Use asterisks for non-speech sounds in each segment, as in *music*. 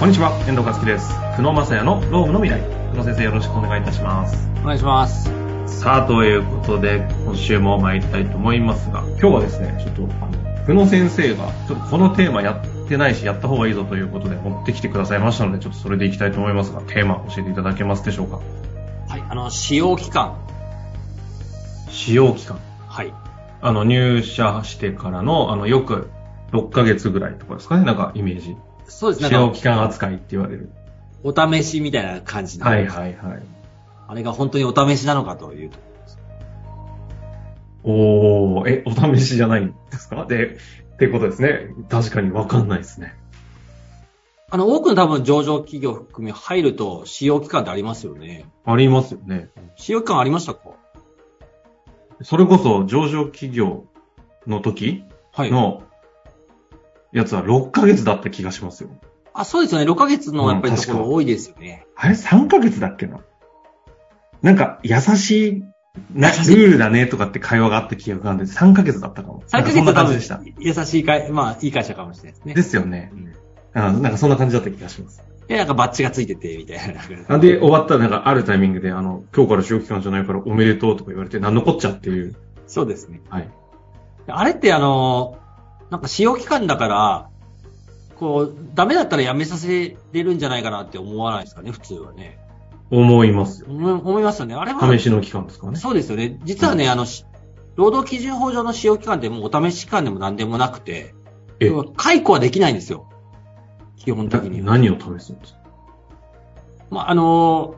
こんにちは、遠藤和樹です。久野正也のロームの未来。久野先生よろしくお願いいたします。お願いします。さあ、ということで、今週も参りたいと思いますが、今日はですね、ちょっと、あの、久野先生が、ちょっとこのテーマやってないし、やった方がいいぞということで持ってきてくださいましたので、ちょっとそれでいきたいと思いますが、テーマ教えていただけますでしょうか。はい、あの、使用期間。使用期間。はい。あの、入社してからの、あの、よく、6ヶ月ぐらいとかですかね、なんかイメージ。そうですね。使な用んか期間扱いって言われる。お試しみたいな感じの。はいはいはい。あれが本当にお試しなのかというと。おー、え、お試しじゃないんですかで、ってことですね。確かにわかんないですね。あの、多くの多分上場企業含め入ると使用期間ってありますよね。ありますよね。使用期間ありましたかそれこそ上場企業の時はい。のやつは6ヶ月だった気がしますよ。あ、そうですよね。6ヶ月のやっぱうりんと確かころ多いですよね。あれ ?3 ヶ月だっけななんか、優しい、な、ルールだねとかって会話があった記憶があるんで、3ヶ月だったかも。 3なんヶかそん月なは多感じ分でした。、優しい会、まあ、いい会社かもしれないですね。ですよね。うんうん、なんかそんな感じだった気がします。で、なんかバッジがついてて、みたいな。あで、終わったら、なんか、あるタイミングで、あの、今日から使用期間じゃないからおめでとうとか言われて、なんのこっちゃっていう。そうですね。はい。あれってあの、なんか使用期間だから、こう、ダメだったらやめさせれるんじゃないかなって思わないですかね、普通はね。思いますよ。思い思いますよね。あれは、試しの期間ですからね。そうですよね。実はね、あの、し労働基準法上の使用期間ってもうお試し期間でも何でもなくて、え、要は解雇はできないんですよ。基本的には。何を試すんですかまあ、あの、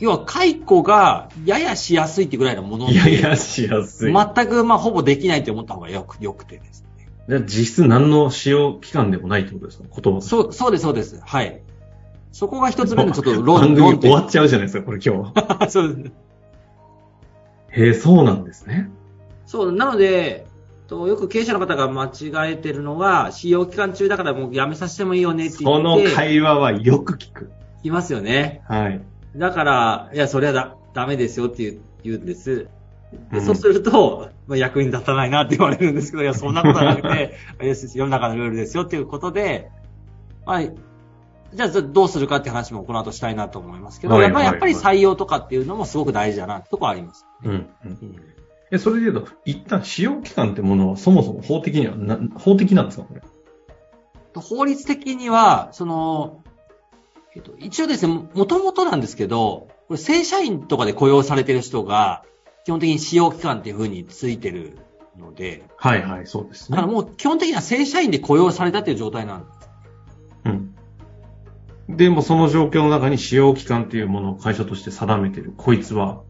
要は解雇がややしやすいってぐらいのもので、いやいや、しやすい。全く、まあ、ほぼできないって思った方がよく、よくてですね。じゃあ実質何の使用期間でもないってことですか言葉そう、そうです、そうです。はい。そこが一つ目のちょっと論、番論組と終いうわっちゃうじゃないですか、これ今日。*laughs* かそうです。へえ、そうなんですね。そう、なので、とよく経営者の方が間違えてるのは、使用期間中だからもうやめさせてもいいよねって言このって、会話はよく聞く。いますよね。はい。だから、いや、それはだ、ダメですよって言う言うんです。うでんそうすると、まあ、役に立たないなって言われるんですけど、いや、そんなことはなくて、 *laughs* いや世の中のルールですよっていうことで、まあ、じゃあどうするかって話もこの後したいなと思いますけど、はいやっぱりはいやっぱり採用とかっていうのもすごく大事だなってとこはあります。うん。うんうんえ、それで言うと、一旦使用期間ってものはそもそも法的にはな、法的なんですかこれ。法律的には、その、えっと、一応ですね、もともとなんですけど、これ正社員とかで雇用されてる人が、基本的に使用期間っていう風についてるので、はいはい、そうですだからね。もう基本的には正社員で雇用されたっていう状態なんでうん。でもその状況の中に使用期間っていうものを会社として定めてる。こいつは、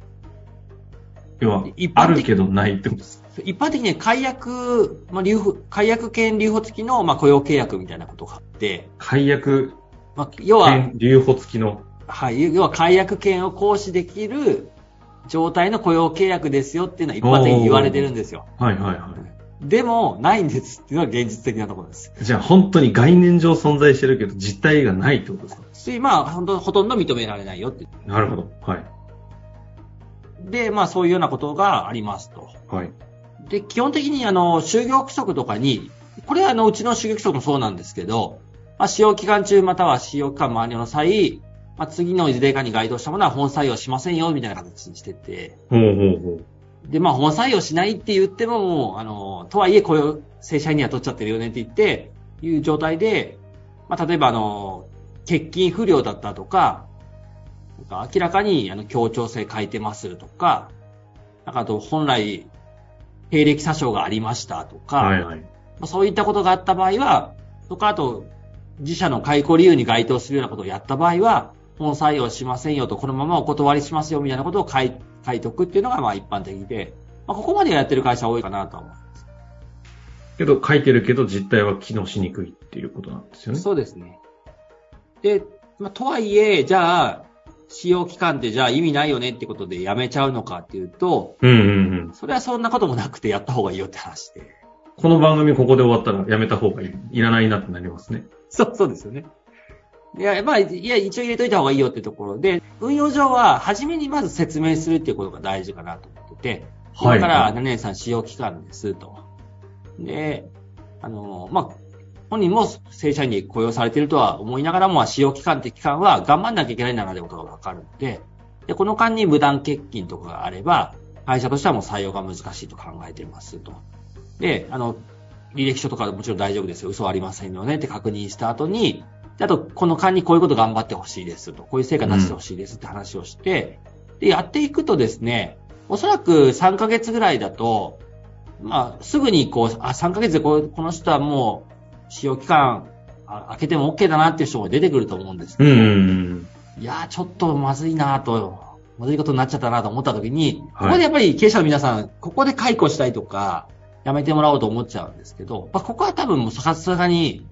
要は、一あ般的るけどないってことです。す。一般的には解約、まあ、留保、解約権留保付きの、まあ、雇用契約みたいなことがあって、解約、まあ、要は、留保付きの。はい、要は解約権を行使できる状態の雇用契約ですよっていうのは一般的に言われてるんですよ。はいはいはい。でも、ないんですっていうのが現実的なところです。じゃあ本当に概念上存在してるけど、実態がないってことですかし、まあ、ほんとほとんど認められないよって。なるほど。はい。で、まあ、そういうようなことがありますと。はい。で、基本的に、あの、就業規則とかに、これは、あの、うちの就業規則もそうなんですけど、まあ、使用期間中または使用期間満了の際、まあ、次の事例化に該当したものは本採用しませんよ、みたいな形にしてて、ほうほうほう。で、まあ、本採用しないって言っても、もう、あの、とはいえ、雇用、正社員には取っちゃってるよねって言って、いう状態で、まあ、例えば、あの、欠勤不良だったとか、なんか明らかに、あの、協調性変えてますとか、なんか、あと、本来、経歴詐称がありましたとか、はいはい。まあ、そういったことがあった場合は、とか、あと、自社の解雇理由に該当するようなことをやった場合は、本採用しませんよと、このままお断りしますよみたいなことを書い書いておくっていうのがまあ一般的で、まあ、ここまでやってる会社は多いかなとは思けど、書いてるけど、実態は機能しにくいっていうことなんですよう。ね。そうですね。で、まあ、とはいえ、じゃあ、使用期間ってじゃあ意味ないよねってことでやめちゃうのかっていうと、うんうんうん。それはそんなこともなくてやった方がいいよって話で。この番組ここで終わったらやめた方がいい。いらないなってなりますね。 *laughs* そう、そうですよね。いや、まあ、いや、一応入れといた方がいいよってところで、運用上は、初めにまず説明するっていうことが大事かなと思ってて、は今いから7年さん使用期間ですと。で、あの、まあ、本人も正社員に雇用されているとは思いながらも、使用期間って期間は頑張んなきゃいけないんだなってことがわかるので、で、この間に無断欠勤とかがあれば、会社としてはもう採用が難しいと考えていますと。で、あの、履歴書とかもちろん大丈夫ですよ。嘘はありませんよねって確認した後に、であと、この間にこういうこと頑張ってほしいですと。こういう成果出してほしいですって話をして、で、やっていくとですね、おそらく3ヶ月ぐらいだと、まあ、すぐにこう、あ、3ヶ月でこうこの人はもう、使用期間、あ開けても OK だなっていう人も出てくると思うんですけうど、んうんいやー、ちょっとまずいなと、まずいことになっちゃったなと思った時に、はいここでやっぱり経営者の皆さん、ここで解雇したいとか、やめてもらおうと思っちゃうんですけど、まあ、ここは多分もうさすがに、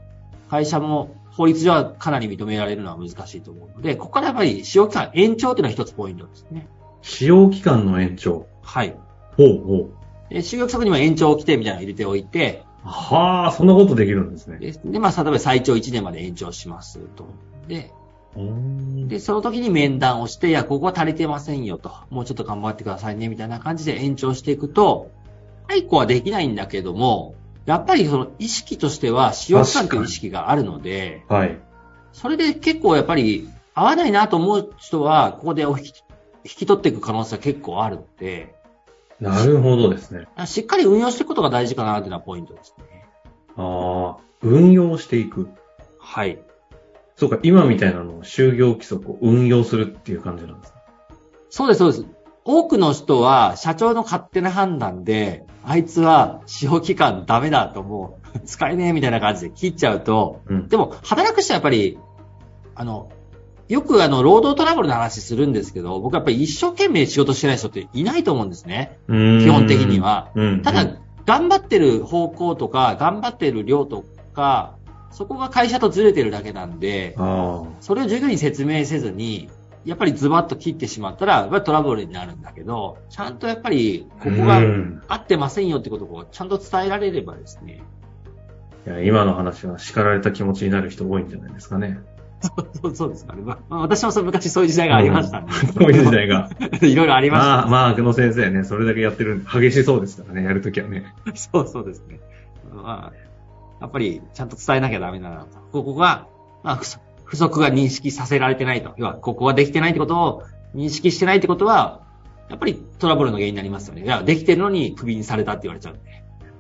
会社も法律上はかなり認められるのは難しいと思うので、ここからやっぱり使用期間延長というのは一つポイントですね。使用期間の延長。はい。ほうほう。で就業規則にも延長規定みたいなのを入れておいて、はあ、そんなことできるんですね。で、でまあ、例えば最長1年まで延長しますと。で、で、その時に面談をして、いや、ここは足りてませんよと、もうちょっと頑張ってくださいね、みたいな感じで延長していくと、解雇はできないんだけども、やっぱりその意識としては、使用期間という意識があるので、はい。それで結構やっぱり合わないなと思う人は、ここでお引き引き取っていく可能性は結構あるので、なるほどですね。しっかり運用していくことが大事かなというのはポイントですね。ああ、運用していく。はい。そうか、今みたいなのを就業規則を運用するっていう感じなんですね。そうです、そうです。多くの人は社長の勝手な判断で、あいつは使用期間ダメだともう *laughs* 使えねえみたいな感じで切っちゃうと、うん。でも働く人はやっぱり、あの、よくあの、労働トラブルの話するんですけど、僕はやっぱり一生懸命仕事してない人っていないと思うんですね。基基本的に。は。うん。ただ、頑張ってる方向とか、頑張ってる量とか、そこが会社とずれてるだけなんで、ああ。それを従業員に説明せずに、やっぱりズバッと切ってしまったら、やっぱりトラブルになるんだけど、ちゃんとやっぱり、ここがうん合ってませんよってことをちゃんと伝えられればですね。いや、今の話は叱られた気持ちになる人多いんじゃないですかね。そうそうですかね。まあまあ、私もそう昔そういう時代がありましたね。そういう時代が。 *laughs* いろいろありました。まあ、まあ、久野先生ね、それだけやってる、激しそうですからね、やるときはね。そうそうですね。まあ、やっぱりちゃんと伝えなきゃダメだなと。ここが、まあ、不足不足が認識させられてないと。要は、ここができてないってことを認識してないってことは、やっぱりトラブルの原因になりますよね。いや、できてるのにクビにされたって言われちゃうんで。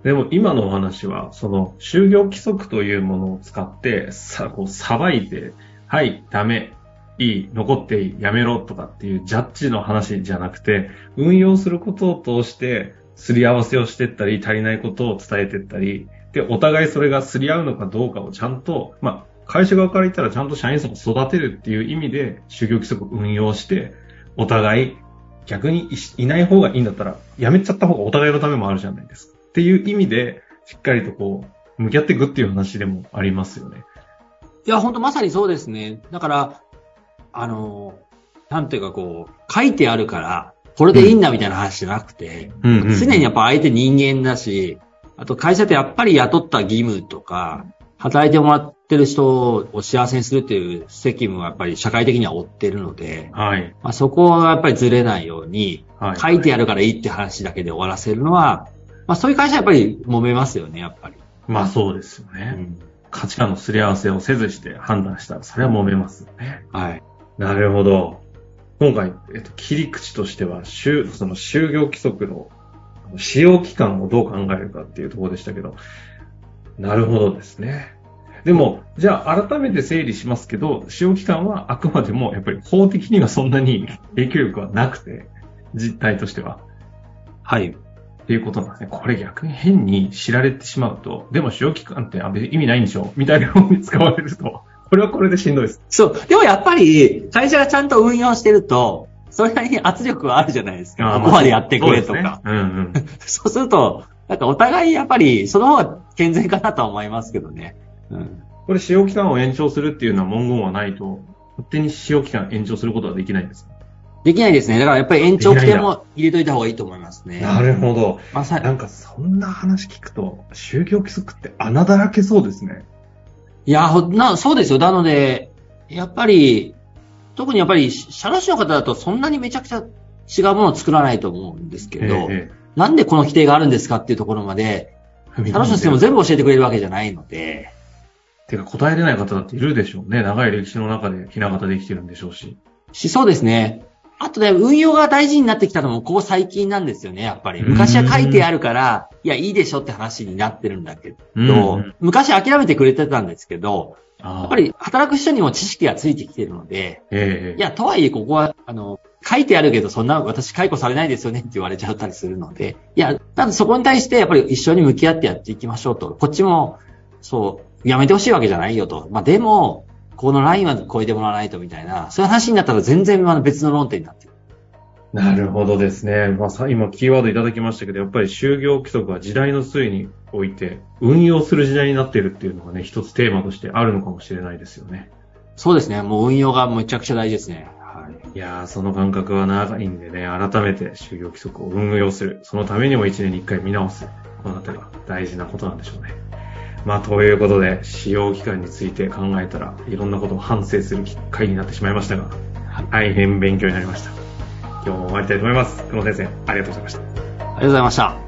でも今のお話は、その、就業規則というものを使って、さ、こう、裁いて、はい、ダメ、いい、残っていい、やめろとかっていうジャッジの話じゃなくて、運用することを通して、すり合わせをしてったり、足りないことを伝えてったり、で、お互いそれがすり合うのかどうかをちゃんと、まあ、会社側から言ったらちゃんと社員さんを育てるっていう意味で、就業規則を運用して、お互い逆にいしいない方がいいんだったら、やめちゃった方がお互いのためもあるじゃないですか。っていう意味で、しっかりとこう、向き合っていくっていう話でもありますよね。いや、ほんとまさにそうですね。だから、あの、なんていうかこう、書いてあるから、これでいいんだみたいな話じゃなくて、うん、常にやっぱ相手人間だし、あと会社ってやっぱり雇った義務とか、働いてもらってる人を幸せにするっていう責務はやっぱり社会的には負ってるので、はい。まあ、そこはやっぱりずれないように、はい。書いてやるからいいって話だけで終わらせるのは、まあそういう会社はやっぱり揉めますよね、やっぱり。まあそうですよね。価値観のすり合わせをせずして判断したら、それは揉めますよね。はい。なるほど。今回、えっと、切り口としては、就その就業規則のあの使用期間をどう考えるかっていうところでしたけど、なるほどですね。でも、じゃあ改めて整理しますけど、使用期間はあくまでもやっぱり法的にはそんなに影響力はなくて、実態としては。はい。っていうことなんですね。これ逆に変に知られてしまうと、でも使用期間ってあ別に意味ないんでしょみたいな方に使われると、これはこれでしんどいです。そう。でもやっぱり、会社がちゃんと運用してると、それなりに圧力はあるじゃないですか。ここまでやってくれとそか。うですねうんうん。そうすると、なんかお互いやっぱり、その方が健全かなとは思いますけどね。うん。これ使用期間を延長するっていうのは文言はないと、勝手に使用期間延長することはできないんです。できないですね。だからやっぱり延長規定も入れといた方がいいと思いますね。るほど。まさんかそんな話聞くと、就業規則って穴だらけそうですね。いや、ほな、そうですよ。なので、やっぱり、特にやっぱり、社労士の方だとそんなにめちゃくちゃ違うものを作らないと思うんですけど、えなんでこの規定があるんですかっていうところまで、え社労士の人も全部教えてくれるわけじゃないので、てか答えれない方だっているでしょうね。長い歴史の中でひな形できてるんでしょうし。しそうですね。あとね、運用が大事になってきたのも、ここ最近なんですよね、やっぱり。うん昔は書いてあるから、いや、いいでしょって話になってるんだけど、うん昔諦めてくれてたんですけど、ああやっぱ。り働く人にも知識がついてきてるので、ええいや、とはいえ、ここは、あの、書いてあるけど、そんな私解雇されないですよねって言われちゃったりするので、いや、なんでそこに対して、やっぱり一緒に向き合ってやっていきましょうと。こっちも、そう、やめてほしいわけじゃないよと。まあ、でも、このラインは超えてもらわないとみたいな、そういう話になったら全然あの別の論点になってくる。なるほどですね。まあ、さ今キーワードいただきましたけど、やっぱり就業規則は時代の推移において運用する時代になっているっていうのがね、一つテーマとしてあるのかもしれないですよね。そうですね。もう運用がむちゃくちゃ大事ですね。はいい。やー、その感覚は長いんでね、改めて就業規則を運用する。そのためにも一年に一回見直す。このあたりは大事なことなんでしょうね。まあ、ということで、使用期間について考えたら、いろんなことを反省する機会になってしまいましたが、大変勉強になりました。今日も終わりたいと思います。久野先生、ありがとうございました。ありがとうございました。